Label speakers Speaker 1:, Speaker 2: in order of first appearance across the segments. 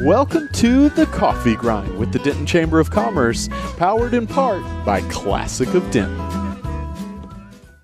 Speaker 1: Welcome to The Coffee Grind with the Denton Chamber of Commerce, powered in part by Classic of Denton.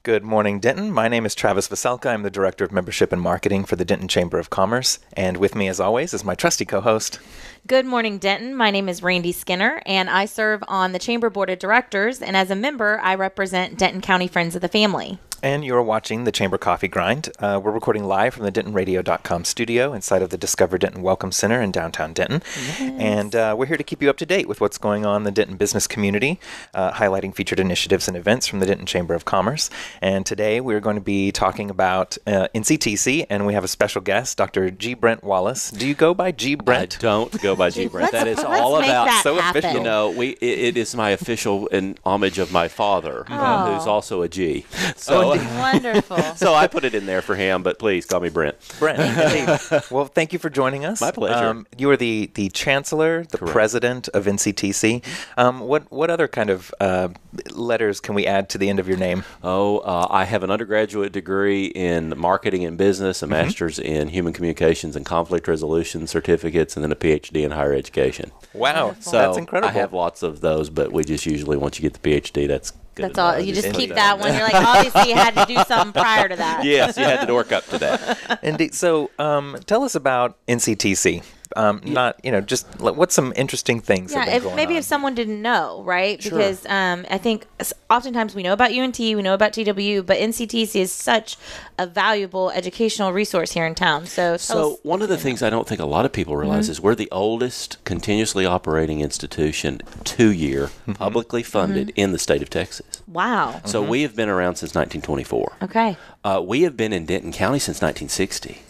Speaker 2: Good morning, Denton. My name is Travis Vaselka. I'm the Director of Membership and Marketing for the Denton Chamber of Commerce. And with me, as always, is my trusty co host.
Speaker 3: Good morning, Denton. My name is Randy Skinner, and I serve on the Chamber Board of Directors. And as a member, I represent Denton County Friends of the Family.
Speaker 2: And you're watching the Chamber Coffee Grind. Uh, we're recording live from the DentonRadio.com studio inside of the Discover Denton Welcome Center in downtown Denton. And uh, we're here to keep you up to date with what's going on in the Denton business community, uh, highlighting featured initiatives and events from the Denton Chamber of Commerce. And today we're going to be talking about uh, NCTC, and we have a special guest, Dr. G. Brent Wallace. Do you go by G.
Speaker 4: I
Speaker 2: Brent?
Speaker 4: don't go by G Brent. That is
Speaker 3: let's
Speaker 4: all
Speaker 3: make
Speaker 4: about.
Speaker 3: that
Speaker 2: so
Speaker 3: happen.
Speaker 2: official.
Speaker 4: you know, we it, it is my official in homage of my father,
Speaker 3: Oh.
Speaker 4: uh, who's also a G. So,
Speaker 3: Wonderful.
Speaker 4: so I put it in there for him. But please call me Brent.
Speaker 2: Brent. indeed. well, thank you for joining us. Um,
Speaker 4: My pleasure.
Speaker 2: you are the the chancellor, the president of NCTC. Um, what what other kind of uh, letters can we add to the end of your name?
Speaker 4: Oh, uh, I have an undergraduate degree in marketing and business, a
Speaker 3: Mm-hmm.
Speaker 4: master's in human communications and conflict resolution certificates, and then a PhD in higher education.
Speaker 2: Wow,
Speaker 4: So
Speaker 2: that's incredible.
Speaker 4: I have lots of those, but we just usually once you get the PhD, that's good.
Speaker 3: That's
Speaker 4: enough.
Speaker 3: all. You just
Speaker 4: put
Speaker 3: keep
Speaker 4: it
Speaker 3: that
Speaker 4: on
Speaker 3: one. You're like, obviously, you had to do something prior to that.
Speaker 4: yes, you had to work up to that.
Speaker 2: Indeed. So, um, tell us about NCTC. Um, Not you know, just like, what's some interesting things? have
Speaker 3: Yeah,
Speaker 2: been
Speaker 3: if,
Speaker 2: going
Speaker 3: maybe
Speaker 2: on?
Speaker 3: if someone didn't know, right? Because um, I think s- oftentimes we know about UNT, we know about TWU, but NCTC is such a valuable educational resource here in town. So, tell
Speaker 4: So
Speaker 3: us- Mm-hmm.
Speaker 4: one of the things I don't think a lot of people realize is we're the oldest continuously operating institution, two-year,
Speaker 3: Mm-hmm.
Speaker 4: publicly funded in the state of Texas.
Speaker 3: wow.
Speaker 4: So we have been around since 1924.
Speaker 3: Mm-hmm. Okay.
Speaker 4: Uh, we have been in Denton County since 1960.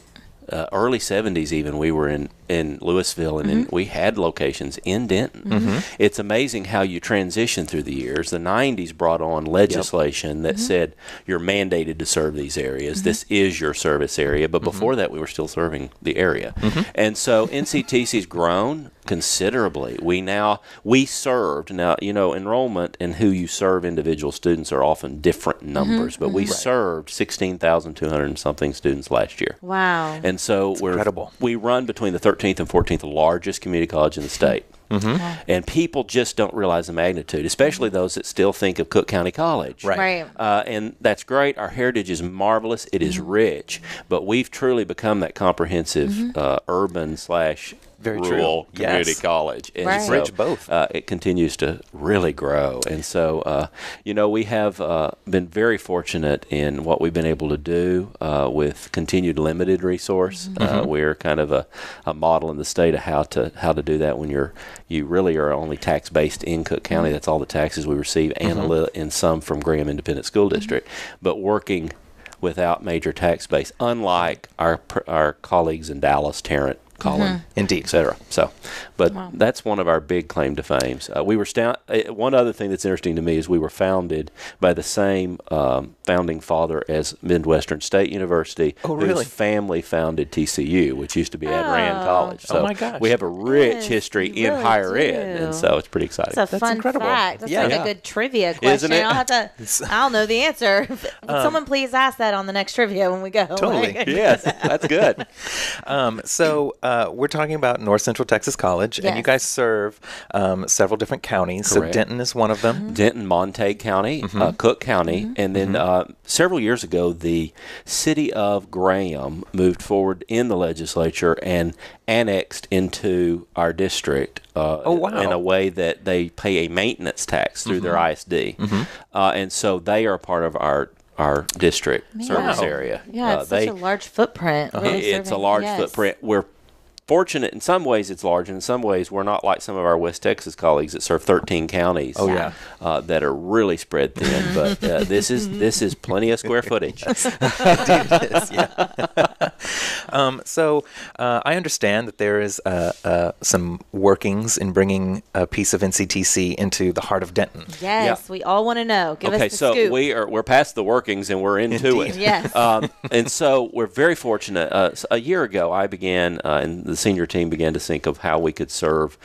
Speaker 4: Uh, early 70s, even we were in in Louisville, and in, we had locations in Denton. It's amazing how you transition through the years. The 90s brought on legislation that said you're mandated to serve these areas. This is your service area. But before that, we were still serving the area, and so NCTC's grown considerably. We now we served now you know enrollment and who you serve individual students are often different numbers, but we served sixteen thousand two hundred and something students last year.
Speaker 3: Wow.
Speaker 4: And so we're
Speaker 2: incredible.
Speaker 4: we run between the 13th and 14th largest community college in the state.
Speaker 2: Mm-hmm.
Speaker 4: And people just don't realize the magnitude, especially those that still think of Cook County College.
Speaker 2: Right.
Speaker 3: right.
Speaker 4: Uh, and that's great. Our heritage is marvelous. It is rich, but we've truly become that comprehensive uh, urban slash
Speaker 2: Very true.
Speaker 4: rural community
Speaker 2: Yes.
Speaker 4: college. And
Speaker 3: Right.
Speaker 2: Rich both.
Speaker 4: Uh, it continues to really grow. And so, uh, you know, we have uh, been very fortunate in what we've been able to do uh, with continued limited resource. Uh, we're kind of a, a model in the state of how to how to do that when you're you really are only tax based in Cook County. That's all the taxes we receive, and a little and some from Graham Independent School District. But working without major tax base, unlike our pr- our colleagues in Dallas, Tarrant, Collin,
Speaker 2: Indeed.
Speaker 4: et cetera. So, but that's one of our big claim to fame. Uh, we were stout, uh, one other thing that's interesting to me is we were founded by the same um, founding father as Midwestern State University,
Speaker 2: Oh, really?
Speaker 4: whose family founded TCU, which used to be at Rand College.
Speaker 2: Oh,
Speaker 4: So
Speaker 2: my gosh.
Speaker 4: we have a rich
Speaker 3: Yes,
Speaker 4: history
Speaker 3: you
Speaker 4: in
Speaker 3: really
Speaker 4: higher ed, and
Speaker 3: do.
Speaker 4: so it's pretty exciting.
Speaker 3: That's a fun
Speaker 2: incredible.
Speaker 3: fact. That's
Speaker 2: Yeah.
Speaker 3: like
Speaker 2: Yeah.
Speaker 3: a good trivia question.
Speaker 4: it? Um,
Speaker 3: I'll have to. I'll know the answer. Would Someone please ask that on the next trivia when we go.
Speaker 2: Totally.
Speaker 3: Like-
Speaker 4: yes, that's good.
Speaker 2: Um, so uh, we're talking about North Central Texas College, and you
Speaker 3: Yes.
Speaker 2: guys serve um, several different counties. So
Speaker 4: Correct.
Speaker 2: Denton is one of them.
Speaker 4: Denton, Montague County,
Speaker 2: Mm-hmm.
Speaker 4: uh, Cook County, and then uh, several years ago, the city of Graham moved forward in the legislature and annexed into our district. Uh,
Speaker 2: Oh, wow. Mm-hmm.
Speaker 4: In a way that they pay a maintenance tax through their ISD, uh, and so they are part of our our district service
Speaker 2: Wow.
Speaker 4: area.
Speaker 3: Yeah,
Speaker 4: Uh,
Speaker 3: it's
Speaker 4: they-
Speaker 3: such a large footprint.
Speaker 4: it-
Speaker 3: really
Speaker 4: it's a
Speaker 3: serving-
Speaker 4: large
Speaker 3: yes.
Speaker 4: footprint. We're fortunate in some ways it's large, and in some ways we're not like some of our West Texas colleagues that serve 13 counties. Oh
Speaker 2: yeah.
Speaker 4: uh, that are really spread thin. but uh, this is this is plenty of square footage.
Speaker 2: Um, so uh, I understand that there is uh, uh, some workings in bringing a piece of NCTC into the heart of Denton.
Speaker 3: Yes, we all want to know. Give
Speaker 4: okay,
Speaker 3: us the
Speaker 4: so
Speaker 3: scoop.
Speaker 4: we are we're past the workings and we're into it.
Speaker 3: Yes.
Speaker 4: um, and so we're very fortunate. Uh, s- a year ago, I began, uh, and the senior team began to think of how we could serve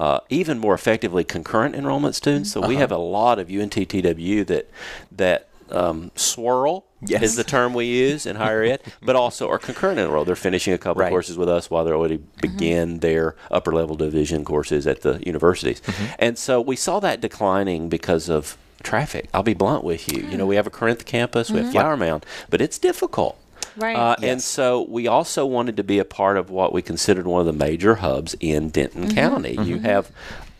Speaker 4: uh, even more effectively concurrent enrollment students. So we have a lot of UNTTW that that. um, swirl
Speaker 2: Yes.
Speaker 4: is the term we use in higher ed, but also are concurrent enrolled. They're finishing a couple
Speaker 2: Right.
Speaker 4: courses with us while they already begin their upper level division courses at the universities. And so we saw that declining because of traffic. I'll be blunt with you. You know, we have a Corinth campus, we have Flower Mound, but it's difficult.
Speaker 3: Right.
Speaker 4: Uh, And so we also wanted to be a part of what we considered one of the major hubs in Denton County. You have,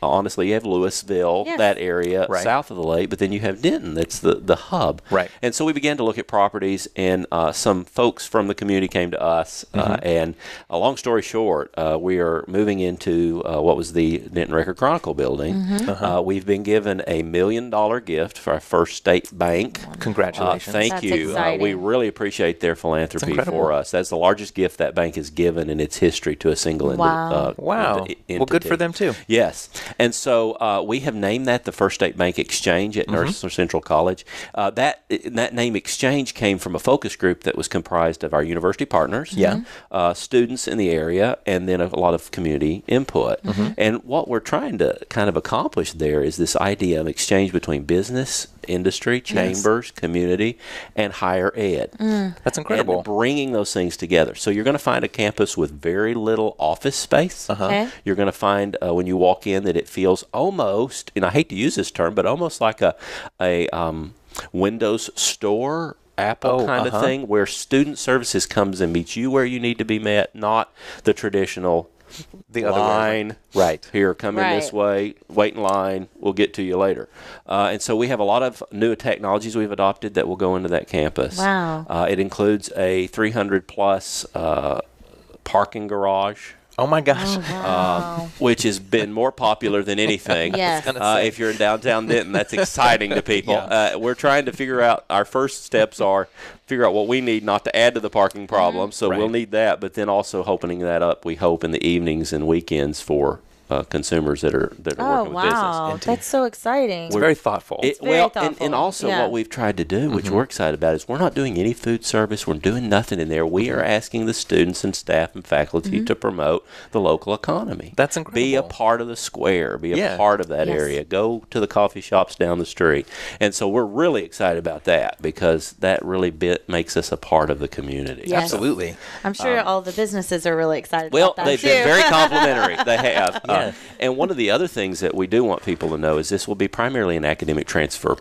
Speaker 4: honestly, you have Louisville,
Speaker 3: Yes.
Speaker 4: that area
Speaker 2: Right.
Speaker 4: south of the lake, but then you have Denton. That's the, the hub.
Speaker 2: Right.
Speaker 4: And so we began to look at properties, and uh, some folks from the community came to us. Uh, and a long story short, uh, we are moving into uh, what was the Denton Record Chronicle building. Uh, we've been given a million dollar gift for our first state bank. Uh,
Speaker 2: Congratulations.
Speaker 4: thank
Speaker 3: That's
Speaker 4: you. Uh, we
Speaker 3: exciting.
Speaker 4: really appreciate their philanthropy
Speaker 2: incredible.
Speaker 4: for us. That's the largest gift that bank has given in its history to a single indi-
Speaker 3: Wow.
Speaker 4: uh,
Speaker 2: Wow.
Speaker 4: ent-
Speaker 2: Well, good for
Speaker 4: entity.
Speaker 2: them, too.
Speaker 4: Yes. And so uh, we have named that the First State Bank Exchange
Speaker 2: Mm-hmm.
Speaker 4: at Mercer Central College. Uh, that that name Exchange came from a focus group that was comprised of our university
Speaker 2: Mm-hmm.
Speaker 4: partners, yeah, uh, students in the area, and then a lot of community input.
Speaker 2: Mm-hmm.
Speaker 4: And what we're trying to kind of accomplish there is this idea of exchange between business, industry, chambers, community, and higher ed.
Speaker 2: Mm. That's incredible.
Speaker 4: And bringing those things together. So you're going to find a campus with very little office space.
Speaker 2: Uh-huh.
Speaker 3: Okay.
Speaker 4: You're going to find uh, when you walk in that it feels almost, and I hate to use this term, but almost like a a um, Windows store. Apple
Speaker 2: Oh,
Speaker 4: kind
Speaker 2: uh-huh.
Speaker 4: of thing where student services comes and meets you where you need to be met, not the traditional
Speaker 2: the other way.
Speaker 4: line. Right. Here, come in this
Speaker 3: Right.
Speaker 4: way, wait in line, we'll get to you later. Uh, and so we have a lot of new technologies we've adopted that will go into that campus.
Speaker 3: Wow.
Speaker 4: Uh, it includes a 300 plus uh, parking garage.
Speaker 2: Oh, my gosh.
Speaker 3: wow.
Speaker 4: Which has been more popular than anything.
Speaker 3: Yes. I was
Speaker 2: gonna
Speaker 4: Uh,
Speaker 2: say.
Speaker 4: if you're in downtown Denton, that's exciting to people. Uh, we're trying to figure out our first steps are figure out what we need not to add to the
Speaker 3: Mm-hmm.
Speaker 4: parking problem. So we'll
Speaker 2: Right.
Speaker 4: need that, but then also opening that up. We hope in the evenings and weekends for uh, consumers that are that
Speaker 3: oh
Speaker 4: are working with business.
Speaker 3: wow, that's so exciting.
Speaker 2: It's very thoughtful.
Speaker 4: It,
Speaker 3: very
Speaker 4: well, and,
Speaker 3: thoughtful.
Speaker 4: and also
Speaker 3: Yeah.
Speaker 4: what we've tried to do,
Speaker 2: Mm-hmm.
Speaker 4: which we're excited about, is we're not doing any food service. We're doing nothing in there. We are asking the students and staff and faculty
Speaker 3: Mm-hmm.
Speaker 4: to promote the local economy.
Speaker 2: That's
Speaker 4: Be a
Speaker 2: incredible.
Speaker 4: part of the square. Be a
Speaker 2: Yeah.
Speaker 4: part of that
Speaker 3: Yes.
Speaker 4: area. Go to the coffee shops down the street. And so we're really excited about that because that really bit makes us a part of the community.
Speaker 3: Yes.
Speaker 2: Absolutely.
Speaker 3: I'm sure all the businesses are really excited
Speaker 4: um, Well,
Speaker 3: about that
Speaker 4: they've
Speaker 3: too.
Speaker 4: been very complimentary. They have. Uh, and one of the other things that we do want people to know is this will be primarily an academic transfer.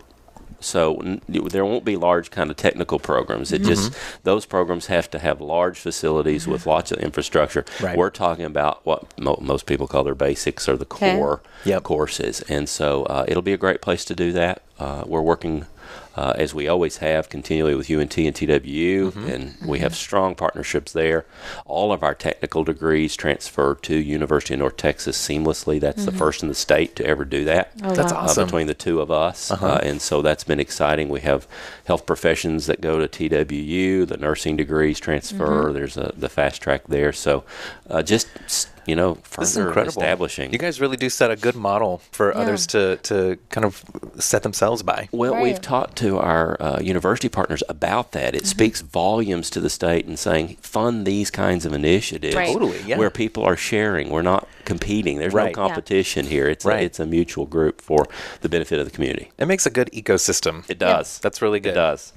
Speaker 4: So n- there won't be large kind of technical programs. It just those programs have to have large facilities with lots of infrastructure.
Speaker 2: Right.
Speaker 4: We're talking about what mo- most people call their basics or the
Speaker 3: Okay.
Speaker 4: core
Speaker 2: Yep.
Speaker 4: courses, and so uh, it'll be a great place to do that. Uh, we're working. Uh, as we always have continually with UNT and TWU,
Speaker 2: Mm-hmm.
Speaker 4: and we have strong partnerships there. All of our technical degrees transfer to University of North Texas seamlessly. That's the first in the state to ever do that
Speaker 3: Oh,
Speaker 2: That's
Speaker 3: wow.
Speaker 4: uh,
Speaker 2: Mm-hmm. awesome. Uh-huh.
Speaker 4: between the two of us. Uh, and so that's been exciting. We have health professions that go to TWU, the nursing degrees transfer,
Speaker 2: Mm-hmm.
Speaker 4: there's a, the fast track there. So uh, just, s- you know,
Speaker 2: This is
Speaker 4: further
Speaker 2: incredible.
Speaker 4: establishing.
Speaker 2: You guys really do set a good model for others to, to kind of set themselves by.
Speaker 4: well,
Speaker 3: Right. Mm-hmm.
Speaker 4: we've talked to our uh, university partners about that. It speaks volumes to the state and saying fund these kinds of initiatives,
Speaker 3: Right.
Speaker 2: Totally, yeah.
Speaker 4: where people are sharing. We're not competing. There's
Speaker 2: Right.
Speaker 4: no
Speaker 2: Yeah.
Speaker 4: competition here. It's
Speaker 2: Right.
Speaker 4: a, it's a mutual group for the benefit of the community.
Speaker 2: It makes a good ecosystem.
Speaker 4: It does.
Speaker 2: That's really good.
Speaker 4: It does.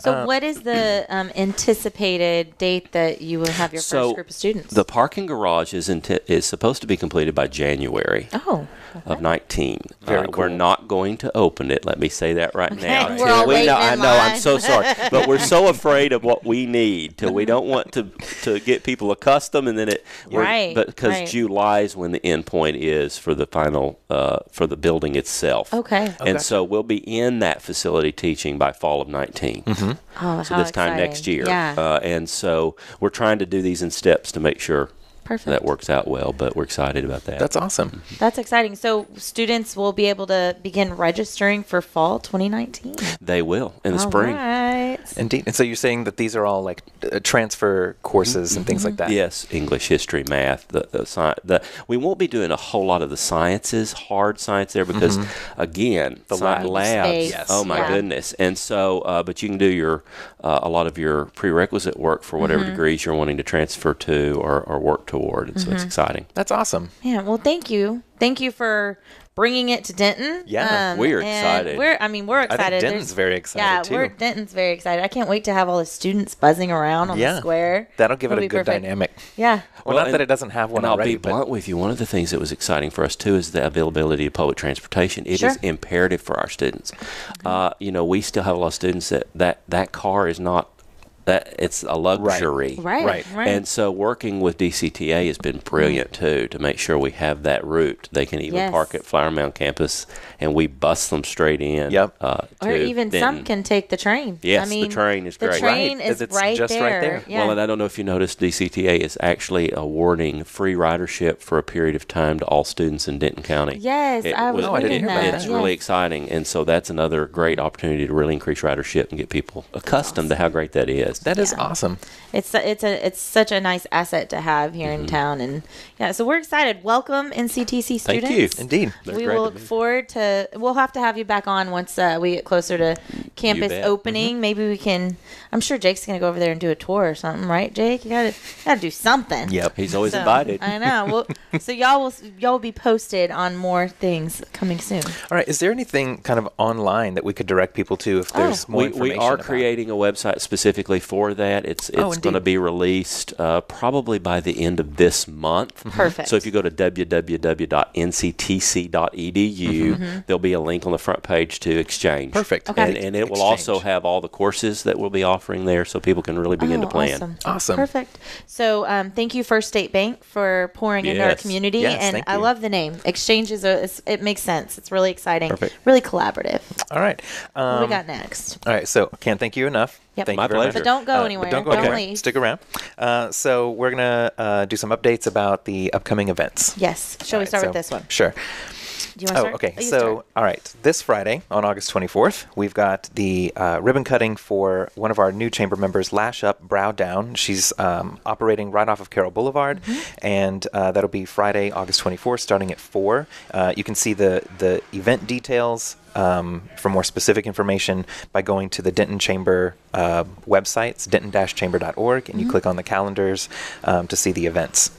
Speaker 3: so,
Speaker 4: uh,
Speaker 3: what is the um, anticipated date that you will have your first group of students?
Speaker 4: The parking garage is inti- is supposed to be completed by January
Speaker 3: oh,
Speaker 4: of 19.
Speaker 2: Very
Speaker 4: Uh, We're
Speaker 2: cool.
Speaker 4: not going to open it. Let me say that right now.
Speaker 3: We're
Speaker 4: till
Speaker 3: all
Speaker 4: we
Speaker 3: waiting
Speaker 4: know,
Speaker 3: in
Speaker 4: I know. I'm
Speaker 3: line.
Speaker 4: so sorry, but we're so afraid of what we need till we don't want to to get people accustomed, and then it we're-
Speaker 3: Right,
Speaker 4: But because
Speaker 3: right.
Speaker 4: July is when the end point is for the final uh, for the building itself.
Speaker 3: okay.
Speaker 4: And so we'll be in that facility teaching by fall of 19
Speaker 3: Oh,
Speaker 4: so
Speaker 3: how
Speaker 4: this time next
Speaker 3: exciting.
Speaker 4: year.
Speaker 3: Yeah.
Speaker 4: Uh, and so we're trying to do these in steps to make sure
Speaker 3: Perfect.
Speaker 4: that works out well, but we're excited about that.
Speaker 2: That's awesome.
Speaker 4: Mm-hmm.
Speaker 3: That's exciting. So students will be able to begin registering for fall 2019.
Speaker 4: they will in the spring.
Speaker 3: All right.
Speaker 2: Indeed. And so you're saying that these are all like uh, transfer courses and things like that.
Speaker 4: Yes, English, history, math, the, the science. The, we won't be doing a whole lot of the sciences, hard science there, because again, the
Speaker 2: lab.
Speaker 3: Mm-hmm.
Speaker 4: labs.
Speaker 3: Space,
Speaker 2: Yes.
Speaker 4: Oh my
Speaker 3: yeah.
Speaker 4: goodness! And so, uh, but you can do your uh, a lot of your prerequisite work for whatever
Speaker 3: Mm-hmm.
Speaker 4: degrees you're wanting to transfer
Speaker 3: Mm-hmm.
Speaker 4: to or, or work toward, and so it's exciting.
Speaker 2: That's awesome.
Speaker 3: Yeah. Well, thank you. Thank you for bringing it to Denton. Um,
Speaker 2: Yeah,
Speaker 4: we're
Speaker 3: and
Speaker 4: excited.
Speaker 3: We're, I mean, we're
Speaker 2: I
Speaker 3: excited.
Speaker 2: think
Speaker 3: There's-
Speaker 2: Denton's very excited
Speaker 3: yeah,
Speaker 2: too.
Speaker 3: we're Denton's very excited. I can't wait to have all the students buzzing around on
Speaker 2: Yeah.
Speaker 3: the square.
Speaker 2: That'll give it
Speaker 3: It'll
Speaker 2: a
Speaker 3: be
Speaker 2: good
Speaker 3: perfect.
Speaker 2: dynamic.
Speaker 3: Yeah.
Speaker 2: Well,
Speaker 4: Well,
Speaker 2: not that
Speaker 4: and-
Speaker 2: it doesn't have one
Speaker 4: And I'll
Speaker 2: already.
Speaker 4: be blunt with you. One of the things that was exciting for us too is the availability of public transportation. It is
Speaker 3: Sure. Mm-hmm.
Speaker 4: imperative for our students. Uh, you know, we still have a lot of students that that, that car is not that it's a luxury.
Speaker 3: Right.
Speaker 2: Right.
Speaker 3: Right.
Speaker 4: And so working with DCTA has been brilliant too to make sure we have that route. They can even
Speaker 3: Yes.
Speaker 4: park at Flower Mound campus and we bus them straight in.
Speaker 2: Yep.
Speaker 4: Uh,
Speaker 3: or
Speaker 4: to
Speaker 3: even
Speaker 4: Denton.
Speaker 3: some can take the train.
Speaker 4: Yes,
Speaker 3: I
Speaker 4: the
Speaker 3: mean,
Speaker 4: train is
Speaker 3: the
Speaker 4: great.
Speaker 3: train
Speaker 2: Right, 'cause
Speaker 3: is
Speaker 2: it's
Speaker 3: right
Speaker 2: just right
Speaker 3: there.
Speaker 2: there.
Speaker 3: Yeah.
Speaker 4: Well, and I don't know if you noticed, DCTA is actually awarding free ridership for a period of time to all students in Denton County.
Speaker 3: Yes, I was
Speaker 2: Oh, I didn't
Speaker 3: reading
Speaker 2: hear about
Speaker 3: that.
Speaker 4: It's
Speaker 3: yeah.
Speaker 4: really exciting, and so that's another great opportunity to really increase ridership and get people accustomed to how great that is.
Speaker 2: that is awesome.
Speaker 3: It's a, it's a it's such a nice asset to have here
Speaker 4: Mm-hmm.
Speaker 3: in town, and yeah, so we're excited. Welcome NCTC students.
Speaker 4: Thank you.
Speaker 2: Indeed.
Speaker 3: we
Speaker 4: great
Speaker 3: will
Speaker 4: to
Speaker 3: look forward to. We'll have to have you back on once uh, we get closer to campus
Speaker 4: bet. Mm-hmm.
Speaker 3: opening. Maybe we can. I'm sure Jake's gonna go over there and do a tour or something, right? Jake, you gotta gotta do something.
Speaker 2: Yep.
Speaker 4: He's always
Speaker 3: So,
Speaker 4: invited.
Speaker 3: I know. Well, so y'all will y'all will be posted on more things coming soon.
Speaker 4: Mm-hmm.
Speaker 2: All right. Is there anything kind of online that we could direct people to if there's more
Speaker 4: Oh, we, we
Speaker 2: information?
Speaker 4: are
Speaker 2: about-
Speaker 4: creating a website specifically for that. It's it's
Speaker 2: Oh,
Speaker 4: going to
Speaker 2: indeed.
Speaker 4: be released uh, probably by the end of this month.
Speaker 3: Perfect.
Speaker 4: So if you go to www.nctc.edu, E there'll be a link on the front page to Exchange.
Speaker 2: Perfect.
Speaker 3: Mm-hmm. Okay.
Speaker 4: And, and it will also
Speaker 2: Exchange.
Speaker 4: have all the courses that we'll be offering there, so people can really begin
Speaker 3: Oh,
Speaker 4: to plan.
Speaker 3: Awesome.
Speaker 2: Awesome.
Speaker 3: Perfect. So, um, thank you, First State Bank, for pouring into our
Speaker 4: Yes.
Speaker 3: community,
Speaker 2: Yes,
Speaker 3: and
Speaker 2: thank
Speaker 3: I
Speaker 2: you.
Speaker 3: love the name. Exchange is a it's, it makes sense. It's really exciting.
Speaker 2: Perfect.
Speaker 3: Really collaborative.
Speaker 2: All right.
Speaker 3: what
Speaker 2: Um,
Speaker 3: do we got next?
Speaker 2: All right, so can't thank you enough.
Speaker 3: Yep.
Speaker 2: Thank
Speaker 4: My
Speaker 2: you very much.
Speaker 4: pleasure.
Speaker 3: But don't go
Speaker 2: Uh,
Speaker 3: anywhere.
Speaker 2: Don't go
Speaker 3: Don't
Speaker 2: anywhere.
Speaker 3: leave.
Speaker 2: Stick around. Uh, so we're gonna uh, do some updates about the upcoming events.
Speaker 3: Yes. Shall
Speaker 2: All
Speaker 3: we
Speaker 2: right,
Speaker 3: start
Speaker 2: so-
Speaker 3: with this one?
Speaker 2: Sure.
Speaker 3: Do you want to
Speaker 2: Oh,
Speaker 3: start?
Speaker 2: okay.
Speaker 3: You
Speaker 2: So,
Speaker 3: start.
Speaker 2: all right. This Friday, on August 24th, we've got the uh, ribbon cutting for one of our new chamber members, Lash Up Brow Down. She's um, operating right off of Carroll Boulevard, and uh, that'll be Friday, August 24th, starting at 4. Uh, you can see the, the event details um, for more specific information by going to the Denton Chamber uh, website, it's denton-chamber.org, and you click on the calendars um, to see the events.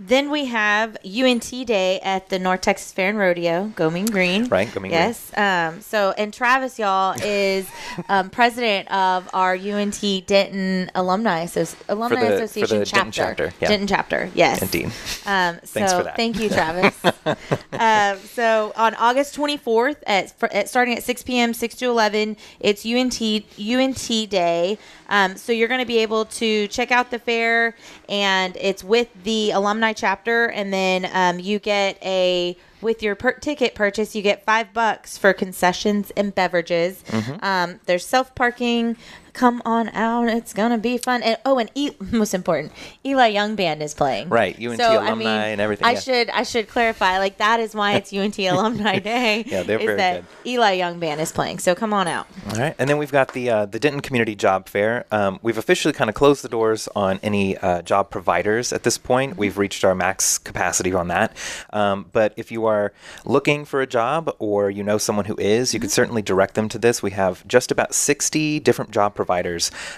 Speaker 3: Then we have UNT Day at the North Texas Fair and Rodeo, Going Green.
Speaker 2: Right, Go Mean Green.
Speaker 3: yes. Um, so, and Travis, y'all, is um, president of our UNT Denton Alumni, Associ- Alumni
Speaker 2: the- for the
Speaker 3: Association chapter.
Speaker 2: Denton chapter, yeah.
Speaker 3: Denton chapter, yes.
Speaker 2: Indeed.
Speaker 3: Um,
Speaker 2: Thanks
Speaker 3: so
Speaker 2: for that.
Speaker 3: thank you, Travis. um, so on August 24th, at, fr- at starting at 6 p.m., 6 to 11, it's UNT UNT Day. Um, so you're going to be able to check out the fair, and it's with the alumni chapter, and then um, you get a with your per- ticket purchase, you get five bucks for concessions and beverages.
Speaker 2: Mm-hmm.
Speaker 3: Um, there's self parking. Come on out, it's gonna be fun. And oh, and e- most important, Eli Young Band is playing.
Speaker 2: Right, UNT alumni and everything,
Speaker 3: I
Speaker 2: yeah.
Speaker 3: should I should clarify, like that is why it's UNT Alumni Day.
Speaker 2: Yeah, they're
Speaker 3: is
Speaker 2: very
Speaker 3: that
Speaker 2: good.
Speaker 3: Eli Young Band is playing, so come on out.
Speaker 2: All right, and then we've got the uh, the Denton Community Job Fair. Um, we've officially kind of closed the doors on any uh, job providers at this point. We've reached our max capacity on that. Um, but if you are looking for a job or you know someone who is, you could certainly direct them to this. We have just about sixty different job providers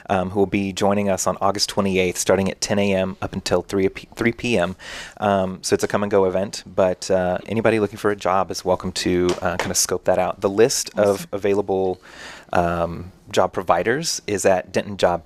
Speaker 2: um, who will be joining us on August twenty eighth, starting at ten a.m. up until three p- three p.m. Um, so it's a come and go event. But uh, anybody looking for a job is welcome to uh, kind of scope that out. The list of available um, job providers is at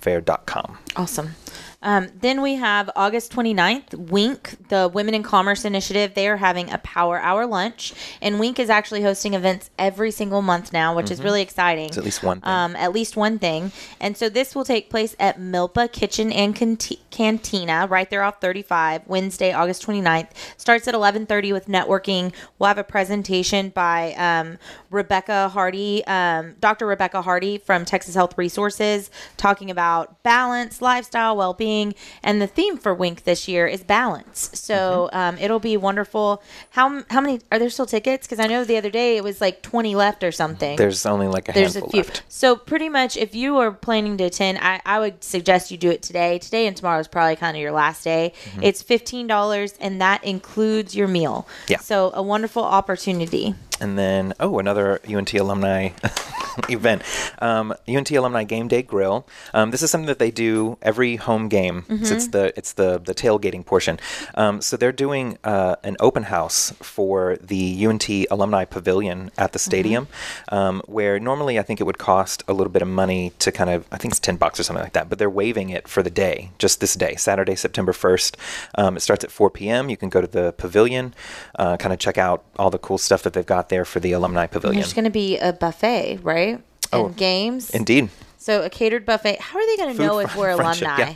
Speaker 2: dentonjobfair.com.
Speaker 3: Awesome. Um, then we have August 29th, WINK, the Women in Commerce Initiative. They are having a power hour lunch. And WINK is actually hosting events every single month now, which is really exciting.
Speaker 2: Mm-hmm. It's at least one thing.
Speaker 3: Um, at least one thing. And so this will take place at Milpa Kitchen and Canti- Cantina right there off 35, Wednesday, August 29th. Starts at 11.30 with networking. We'll have a presentation by um, Rebecca Hardy, um, Dr. Rebecca Hardy from Texas Health Resources, talking about balance, lifestyle, well-being. And the theme for WINK this year is balance. So um, it'll be wonderful. How, m- how many, are there still tickets? Because I know the other day it was like 20 left or something
Speaker 2: There's only like a
Speaker 3: there's a
Speaker 2: handful
Speaker 3: few.
Speaker 2: left.
Speaker 3: So pretty much, if you are planning to attend, I, I would suggest you do it today. Today and tomorrow is probably kind of your last day.
Speaker 2: Mm-hmm.
Speaker 3: It's fifteen dollars, and that includes your meal.
Speaker 2: Yeah.
Speaker 3: So a wonderful opportunity.
Speaker 2: And then, oh, another UNT alumni event. Um, UNT Alumni Game Day Grill. Um, this is something that they do every home game.
Speaker 3: Mm-hmm.
Speaker 2: So it's the it's the the tailgating portion. Um, so they're doing uh, an open house for the UNT Alumni Pavilion at the stadium, um, where normally I think it would cost a little bit of money to kind of I think it's ten bucks or something like that. But they're waiving it for the day, just this day, Saturday, September first. Um, it starts at 4 p.m. You can go to the pavilion, uh, kind of check out all the cool stuff that they've got there for the Alumni Pavilion.
Speaker 3: There's going to be a buffet, right?
Speaker 2: Oh,
Speaker 3: and games.
Speaker 2: Indeed.
Speaker 3: So a catered buffet. How are they going to know if
Speaker 2: fri-
Speaker 3: we're
Speaker 2: friendship,
Speaker 3: alumni?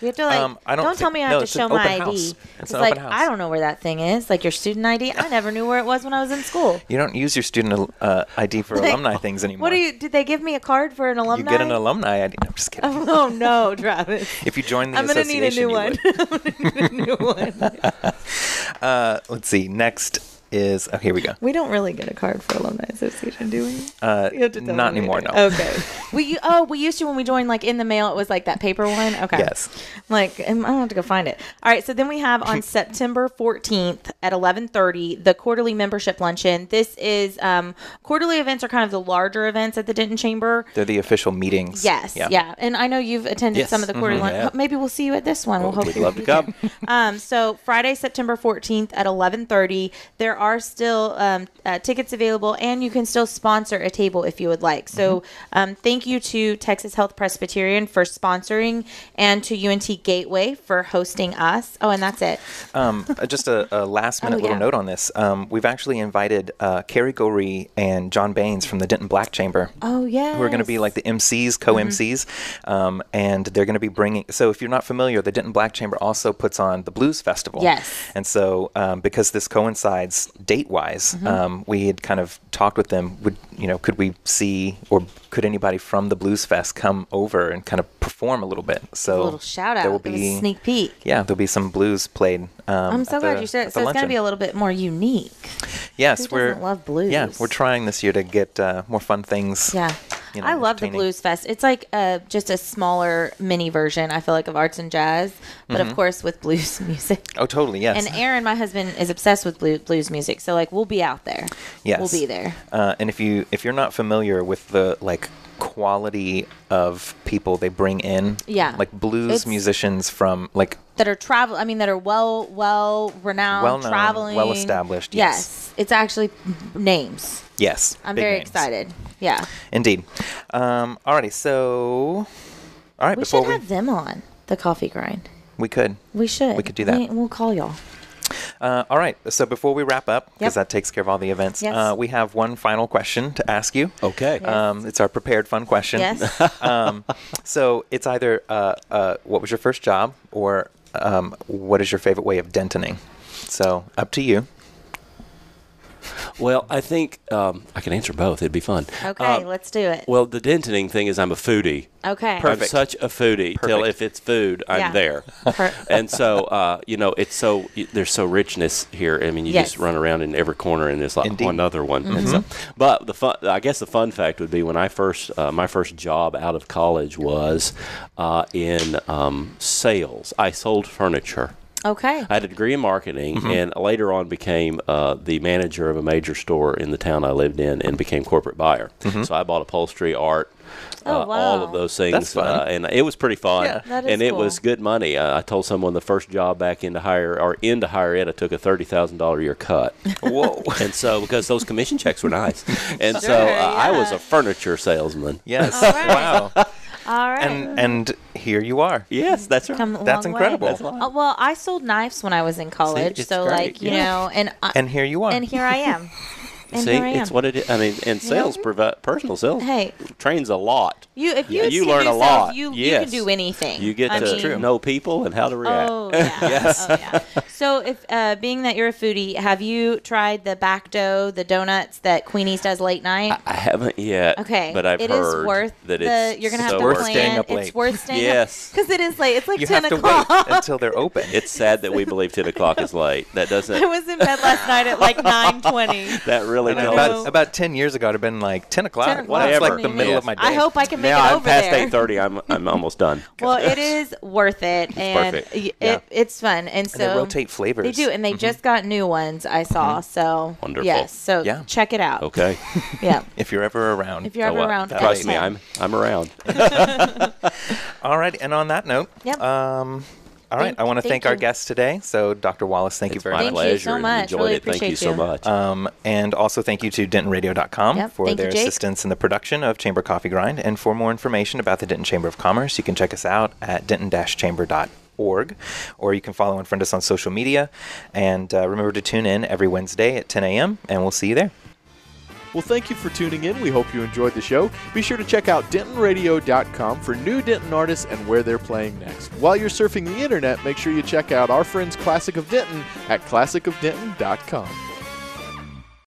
Speaker 3: You have to like.
Speaker 2: Um, I
Speaker 3: don't
Speaker 2: don't
Speaker 3: tell
Speaker 2: think-
Speaker 3: me I have
Speaker 2: no,
Speaker 3: to
Speaker 2: it's
Speaker 3: show
Speaker 2: an
Speaker 3: my
Speaker 2: open house.
Speaker 3: ID.
Speaker 2: It's an open
Speaker 3: like
Speaker 2: house.
Speaker 3: I don't know where that thing is. Like your student ID. I never knew where it was when I was in school.
Speaker 2: You don't use your student uh, ID for alumni things anymore.
Speaker 3: What do you? Did they give me a card for an alumni?
Speaker 2: You get an alumni ID. No, I'm just kidding.
Speaker 3: Oh no, Travis.
Speaker 2: if you join the
Speaker 3: I'm gonna need a
Speaker 2: association,
Speaker 3: new
Speaker 2: you
Speaker 3: one.
Speaker 2: would.
Speaker 3: I'm gonna need a new one.
Speaker 2: Uh, let's see. Next is oh here we go.
Speaker 3: We don't really get a card for alumni association, do we?
Speaker 2: Uh,
Speaker 3: You have to tell
Speaker 2: not
Speaker 3: me
Speaker 2: anymore.
Speaker 3: later.
Speaker 2: No.
Speaker 3: Okay. We oh we used to when we joined like in the mail it was like that paper one. Okay.
Speaker 2: Yes.
Speaker 3: Like um, I don't have to go find it. All right. So then we have on September 14th at 11:30 the quarterly membership luncheon. This is um, quarterly events are kind of the larger events at the Denton Chamber.
Speaker 2: They're the official meetings.
Speaker 3: Yes. Yeah. And I know you've attended
Speaker 4: Yes.
Speaker 3: some of the quarterly.
Speaker 2: Mhm.
Speaker 3: lun-
Speaker 2: Yeah.
Speaker 3: Maybe we'll see you at this one. We'll hope
Speaker 4: We'd
Speaker 3: you
Speaker 4: love to come.
Speaker 3: um, so Friday, September 14th at 11:30, there are still um, uh, tickets available, and you can still sponsor a table if you would like. So um, thank you to Texas Health Presbyterian for sponsoring, and to UNT Gateway for hosting us. Oh, and that's it.
Speaker 2: Um, uh, just a, a last minute
Speaker 3: Oh,
Speaker 2: little
Speaker 3: yeah.
Speaker 2: note on this. Um, we've actually invited uh, Carrie Goree and John Baines from the Denton Black Chamber.
Speaker 3: Oh yeah.
Speaker 2: who are going to be like the MCs, co-MCs,
Speaker 3: Mm-hmm.
Speaker 2: um, and they're going to be bringing. So if you're not familiar, the Denton Black Chamber also puts on the Blues Festival.
Speaker 3: Yes.
Speaker 2: And so um, because this coincides date-wise,
Speaker 3: Mm-hmm.
Speaker 2: um, we had kind of talked with them. Would you know? Could we see or could anybody from the Blues Fest come over and kind of perform a little bit? So
Speaker 3: a little shout out.
Speaker 2: There will
Speaker 3: It was a
Speaker 2: be
Speaker 3: sneak peek.
Speaker 2: Yeah, there'll be some blues played. Um,
Speaker 3: I'm so
Speaker 2: at
Speaker 3: glad
Speaker 2: the-
Speaker 3: you said
Speaker 2: at
Speaker 3: it.
Speaker 2: the
Speaker 3: So it's going to
Speaker 2: luncheon.
Speaker 3: be a little bit more unique.
Speaker 2: Yes,
Speaker 3: Who
Speaker 2: we're
Speaker 3: doesn't love blues?
Speaker 2: Yeah, we're trying this year to get uh, more fun things.
Speaker 3: Yeah.
Speaker 2: you know,
Speaker 3: I love the
Speaker 2: entertaining.
Speaker 3: Blues Fest. It's like uh, just a smaller mini version, I feel like, of arts and jazz, but
Speaker 2: Mm-hmm.
Speaker 3: of course with blues music.
Speaker 2: Oh, totally. Yes.
Speaker 3: And Aaron, my husband, is obsessed with blue, blues music, so like we'll be out there.
Speaker 2: Yes.
Speaker 3: we'll be there.
Speaker 2: Uh, and if you if you're not familiar with the like quality of people they bring in,
Speaker 3: Yeah.
Speaker 2: like blues
Speaker 3: It's-
Speaker 2: musicians from like
Speaker 3: That are travel. I mean, that are well, well renowned,
Speaker 2: Well-known,
Speaker 3: traveling,
Speaker 2: well-established, yes.
Speaker 3: it's actually names.
Speaker 2: yes,
Speaker 3: I'm
Speaker 2: big
Speaker 3: very
Speaker 2: names.
Speaker 3: excited. Yeah,
Speaker 2: Indeed. Um, alrighty, so all right,
Speaker 3: we
Speaker 2: before
Speaker 3: should
Speaker 2: we
Speaker 3: have them on the coffee grind.
Speaker 2: we could.
Speaker 3: We should.
Speaker 2: We could do that.
Speaker 3: we'll call y'all.
Speaker 2: Uh, all right, so before we wrap up, because
Speaker 3: Yep.
Speaker 2: that takes care of all the events,
Speaker 3: Yes.
Speaker 2: uh, we have one final question to ask you.
Speaker 4: Okay.
Speaker 3: Yes.
Speaker 2: Um, it's our prepared fun question.
Speaker 3: Yes.
Speaker 2: um, so it's either uh, uh, what was your first job or um, what is your favorite way of dentoning? So up to you.
Speaker 4: Well, I think um, I can answer both. It'd be fun.
Speaker 3: Okay,
Speaker 4: Um,
Speaker 3: let's do it.
Speaker 4: well, the dentoning thing is I'm a foodie.
Speaker 3: okay.
Speaker 4: I'm
Speaker 2: Perfect.
Speaker 4: such a foodie. Till
Speaker 2: Perfect.
Speaker 4: if it's food, I'm
Speaker 3: Yeah.
Speaker 4: there.
Speaker 3: Per-
Speaker 4: and so uh, you know it's so y- there's so richness here. I mean, you
Speaker 3: Yes.
Speaker 4: just run around in every corner and there's like
Speaker 2: Indeed.
Speaker 4: another one. And so, but the fun, I guess the fun fact would be when I first uh, my first job out of college was uh, in um, sales. I sold furniture.
Speaker 3: okay.
Speaker 4: I had a degree in marketing
Speaker 2: Mm-hmm.
Speaker 4: and later on became uh, the manager of a major store in the town I lived in and became corporate buyer.
Speaker 2: Mm-hmm.
Speaker 4: So I bought upholstery, art,
Speaker 3: Oh,
Speaker 4: uh, all of
Speaker 3: wow.
Speaker 4: those things.
Speaker 2: That's fun.
Speaker 4: Uh, and it was pretty fun.
Speaker 2: Yeah.
Speaker 3: That is
Speaker 4: and it
Speaker 3: cool.
Speaker 4: was good money. Uh, I told someone the first job back into higher or into higher ed, I took a $30,000 a year cut.
Speaker 2: Whoa.
Speaker 4: and so because those commission checks were nice. And so uh,
Speaker 3: Sure,
Speaker 4: I was
Speaker 3: yeah.
Speaker 4: a furniture salesman.
Speaker 2: yes.
Speaker 3: All right.
Speaker 2: Wow.
Speaker 3: All right.
Speaker 2: And and here you are.
Speaker 4: Yes, that's right.
Speaker 3: come a
Speaker 2: That's
Speaker 3: long way.
Speaker 2: incredible.
Speaker 4: That's a lot.
Speaker 3: Uh, well, I sold knives when I was in college,
Speaker 4: it's
Speaker 3: so
Speaker 4: great,
Speaker 3: like you
Speaker 4: yeah.
Speaker 3: know, and I,
Speaker 2: And here you are.
Speaker 3: and here I am. And
Speaker 4: See,
Speaker 3: here I am.
Speaker 4: it's what it is. I mean, and sales, provi- personal sales,
Speaker 3: Hey.
Speaker 4: trains a lot.
Speaker 3: you if you,
Speaker 4: Yeah, you
Speaker 3: see
Speaker 4: learn a
Speaker 3: yourself,
Speaker 4: lot.
Speaker 3: You, you
Speaker 4: Yes.
Speaker 3: can do anything.
Speaker 4: You get
Speaker 3: I
Speaker 4: to
Speaker 3: mean,
Speaker 4: know people and how to react.
Speaker 3: Oh yeah.
Speaker 2: Yes.
Speaker 3: Oh yeah. So if uh, being that you're a foodie, have you tried the back dough, the donuts that Queenie's does late night?
Speaker 4: I haven't yet.
Speaker 3: Okay,
Speaker 4: but I've
Speaker 3: it is
Speaker 4: heard
Speaker 3: worth
Speaker 4: that
Speaker 3: the,
Speaker 4: it's
Speaker 3: you're gonna
Speaker 4: so
Speaker 3: have to
Speaker 2: worth
Speaker 4: worth
Speaker 3: plan.
Speaker 4: it.
Speaker 2: staying up
Speaker 3: It's
Speaker 2: late.
Speaker 3: worth staying
Speaker 4: Yes.
Speaker 3: because it is late. It's like
Speaker 2: you
Speaker 3: ten
Speaker 2: have to
Speaker 3: o'clock.
Speaker 2: wait until they're open.
Speaker 4: It's sad that we believe ten o'clock is late. That doesn't.
Speaker 3: I was in bed last night at like nine twenty.
Speaker 4: that uh, really
Speaker 2: And
Speaker 4: don't.
Speaker 2: about, about 10 years ago, it would have been like 10 o'clock.
Speaker 3: 10
Speaker 2: Well, that's
Speaker 4: o'clock.
Speaker 2: like the
Speaker 3: Whatever.
Speaker 2: middle of my day.
Speaker 3: I hope I can make
Speaker 4: now
Speaker 3: it
Speaker 4: I'm
Speaker 3: over
Speaker 4: past
Speaker 3: there.
Speaker 4: eight thirty. I'm I'm almost done.
Speaker 3: Well, it is worth it, and
Speaker 2: worth it.
Speaker 3: y-
Speaker 2: Yeah.
Speaker 3: it- it's fun, and
Speaker 2: And they
Speaker 3: so
Speaker 2: rotate flavors.
Speaker 3: They do, and they just got new ones I saw. So
Speaker 4: Mm-hmm. Wonderful.
Speaker 3: Yes, so
Speaker 2: Yeah.
Speaker 3: check it out.
Speaker 4: Okay.
Speaker 3: Yeah.
Speaker 2: If you're ever around.
Speaker 3: If you're ever
Speaker 4: Oh, well,
Speaker 3: around,
Speaker 2: that
Speaker 4: Trust
Speaker 3: at
Speaker 4: me,
Speaker 3: 10.
Speaker 4: I'm I'm around.
Speaker 2: All right. And on that note,
Speaker 3: Yep.
Speaker 2: um, all right.
Speaker 3: Thank-
Speaker 2: I want to
Speaker 3: thank
Speaker 2: thank our
Speaker 3: you.
Speaker 2: guests today. So, Dr. Wallace, thank you very
Speaker 4: My
Speaker 3: Thank
Speaker 2: much.
Speaker 3: you
Speaker 4: pleasure.
Speaker 3: so much.
Speaker 4: Enjoyed
Speaker 3: Really
Speaker 4: it. Thank you
Speaker 3: appreciate
Speaker 4: so
Speaker 3: you.
Speaker 4: much.
Speaker 2: Um, and also thank you to dentonradio.com
Speaker 3: Yep,
Speaker 2: for
Speaker 3: thank you,
Speaker 2: their
Speaker 3: Jake.
Speaker 2: assistance in the production of Chamber Coffee Grind. And for more information about the Denton Chamber of Commerce, you can check us out at denton-chamber.org, or you can follow and friend us on social media. And uh, remember to tune in every Wednesday at 10 a.m., and we'll see you there.
Speaker 1: Well, thank you for tuning in. We hope you enjoyed the show. Be sure to check out DentonRadio.com for new Denton artists and where they're playing next. While you're surfing the internet, make sure you check out our friends Classic of Denton at ClassicofDenton.com.